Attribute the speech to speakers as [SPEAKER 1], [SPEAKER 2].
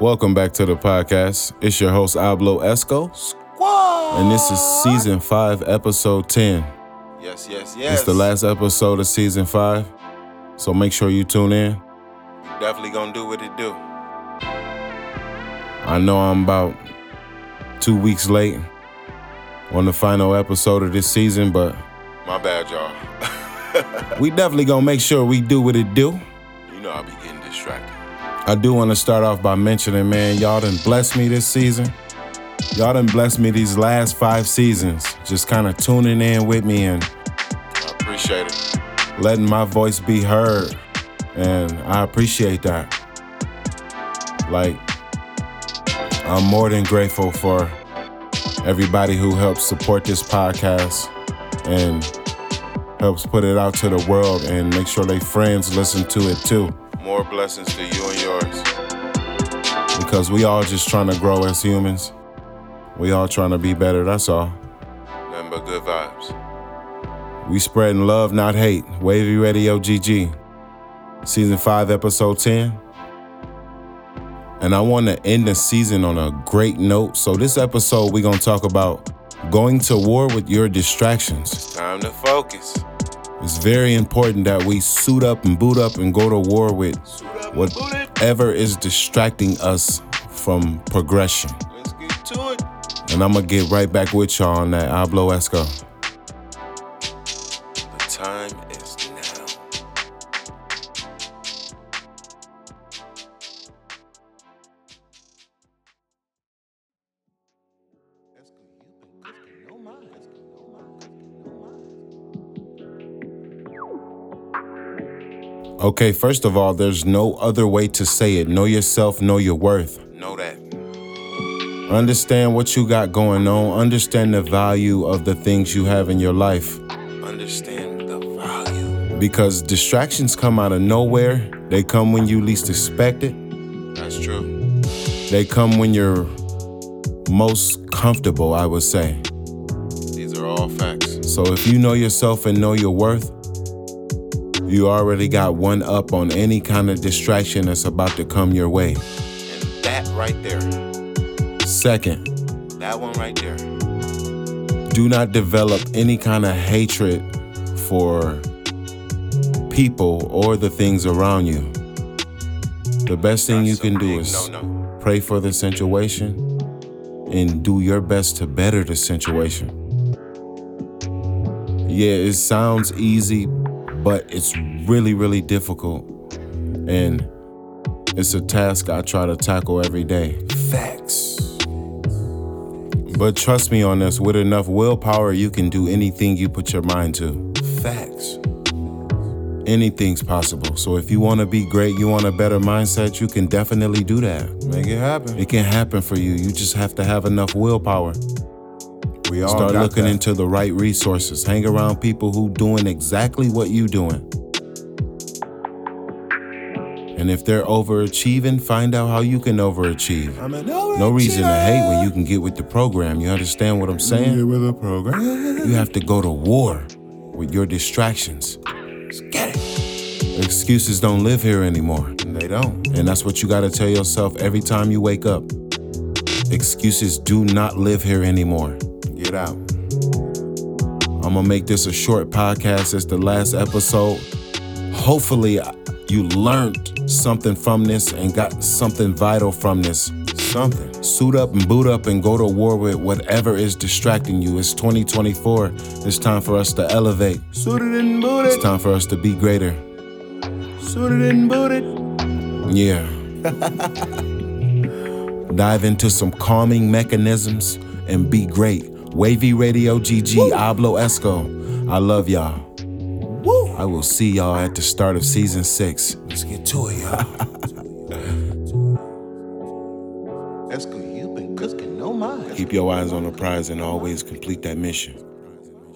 [SPEAKER 1] Welcome back to the podcast. It's your host, Ablo Esco.
[SPEAKER 2] Squad.
[SPEAKER 1] And this is season five, episode 10.
[SPEAKER 2] Yes, yes, yes.
[SPEAKER 1] It's the last episode of season five. So make sure you tune in.
[SPEAKER 2] Definitely gonna do what it do.
[SPEAKER 1] I know I'm about two weeks late on the final episode of this season, but
[SPEAKER 2] My bad, y'all.
[SPEAKER 1] we definitely gonna make sure we do what it do.
[SPEAKER 2] you know I be getting distracted.
[SPEAKER 1] I do want to start off by mentioning, man, y'all done blessed me this season. Y'all done blessed me these last five seasons, just kind of tuning in with me and
[SPEAKER 2] I appreciate it.
[SPEAKER 1] letting my voice be heard. And I appreciate that. Like, I'm more than grateful for everybody who helps support this podcast and helps put it out to the world and make sure their friends listen to it too.
[SPEAKER 2] More blessings to you and yours.
[SPEAKER 1] Because we all just trying to grow as humans. We all trying to be better, that's all.
[SPEAKER 2] Nothing but good vibes.
[SPEAKER 1] We spreading love, not hate. Wavy Radio GG. Season 5, Episode 10. And I want to end the season on a great note. So, this episode, we're going to talk about going to war with your distractions.
[SPEAKER 2] Time to focus.
[SPEAKER 1] It's very important that we suit up and boot up and go to war with
[SPEAKER 2] Suit up and boot it.
[SPEAKER 1] whatever is distracting us from progression.
[SPEAKER 2] Let's get to it.
[SPEAKER 1] And I'm going to get right back with y'all on that. Ablo Esco.
[SPEAKER 2] The time is now.
[SPEAKER 1] Okay, first of all, there's no other way to say it. Know yourself, know your worth.
[SPEAKER 2] Know that.
[SPEAKER 1] Understand what you got going on. Understand the value of the things you have in your life.
[SPEAKER 2] Understand the value.
[SPEAKER 1] Because distractions come out of nowhere. They come when you least expect it.
[SPEAKER 2] That's true.
[SPEAKER 1] They come when you're most comfortable, I would say.
[SPEAKER 2] These are all facts.
[SPEAKER 1] So if you know yourself and know your worth, you already got one up on any kind of distraction that's about to come your way.
[SPEAKER 2] And that right there.
[SPEAKER 1] Second,
[SPEAKER 2] That one right there.
[SPEAKER 1] do not develop any kind of hatred for people or the things around you. The best thing
[SPEAKER 2] That's
[SPEAKER 1] you
[SPEAKER 2] a
[SPEAKER 1] can do
[SPEAKER 2] big
[SPEAKER 1] is
[SPEAKER 2] No, no.
[SPEAKER 1] pray for the situation and do your best to better the situation. Yeah, it sounds easy, but it's really, really difficult. And it's a task I try to tackle every day.
[SPEAKER 2] Facts.
[SPEAKER 1] But trust me on this, with enough willpower, you can do anything you put your mind to.
[SPEAKER 2] Facts.
[SPEAKER 1] Anything's possible. So if you want to be great, you want a better mindset, you can definitely do that.
[SPEAKER 2] Make it happen.
[SPEAKER 1] It can happen for you. You just have to have enough willpower.
[SPEAKER 2] We all
[SPEAKER 1] Start
[SPEAKER 2] got
[SPEAKER 1] looking
[SPEAKER 2] that.
[SPEAKER 1] into the right resources. Hang around people who doing exactly what you doing. And if they're overachieving, find out how you can overachieve.
[SPEAKER 2] I'm an
[SPEAKER 1] No reason to hate when you can get with the program. You understand what I'm saying?
[SPEAKER 2] with a program.
[SPEAKER 1] You have to go to war with your distractions.
[SPEAKER 2] Get it.
[SPEAKER 1] Excuses don't live here anymore.
[SPEAKER 2] They don't.
[SPEAKER 1] And that's what you gotta tell yourself every time you wake up. Excuses do not live here anymore.
[SPEAKER 2] Get out.
[SPEAKER 1] I'm gonna make this a short podcast. It's the last episode. Hopefully, you learned something from this and got something vital from this.
[SPEAKER 2] Something.
[SPEAKER 1] Suit up and boot up and go to war with whatever is distracting you. It's 2024. It's time for us to elevate.
[SPEAKER 2] Suited and
[SPEAKER 1] It's
[SPEAKER 2] booted.
[SPEAKER 1] time for us to be greater.
[SPEAKER 2] Suited and booted.
[SPEAKER 1] Yeah. Dive into some calming mechanisms and be great. Wavy Radio GG, Ablo Esco. I love y'all.
[SPEAKER 2] Woo.
[SPEAKER 1] I will see y'all at the start of season six.
[SPEAKER 2] Let's get to it, y'all. That's good. You've been cooking no mind.
[SPEAKER 1] Keep your eyes on the prize and always complete that mission.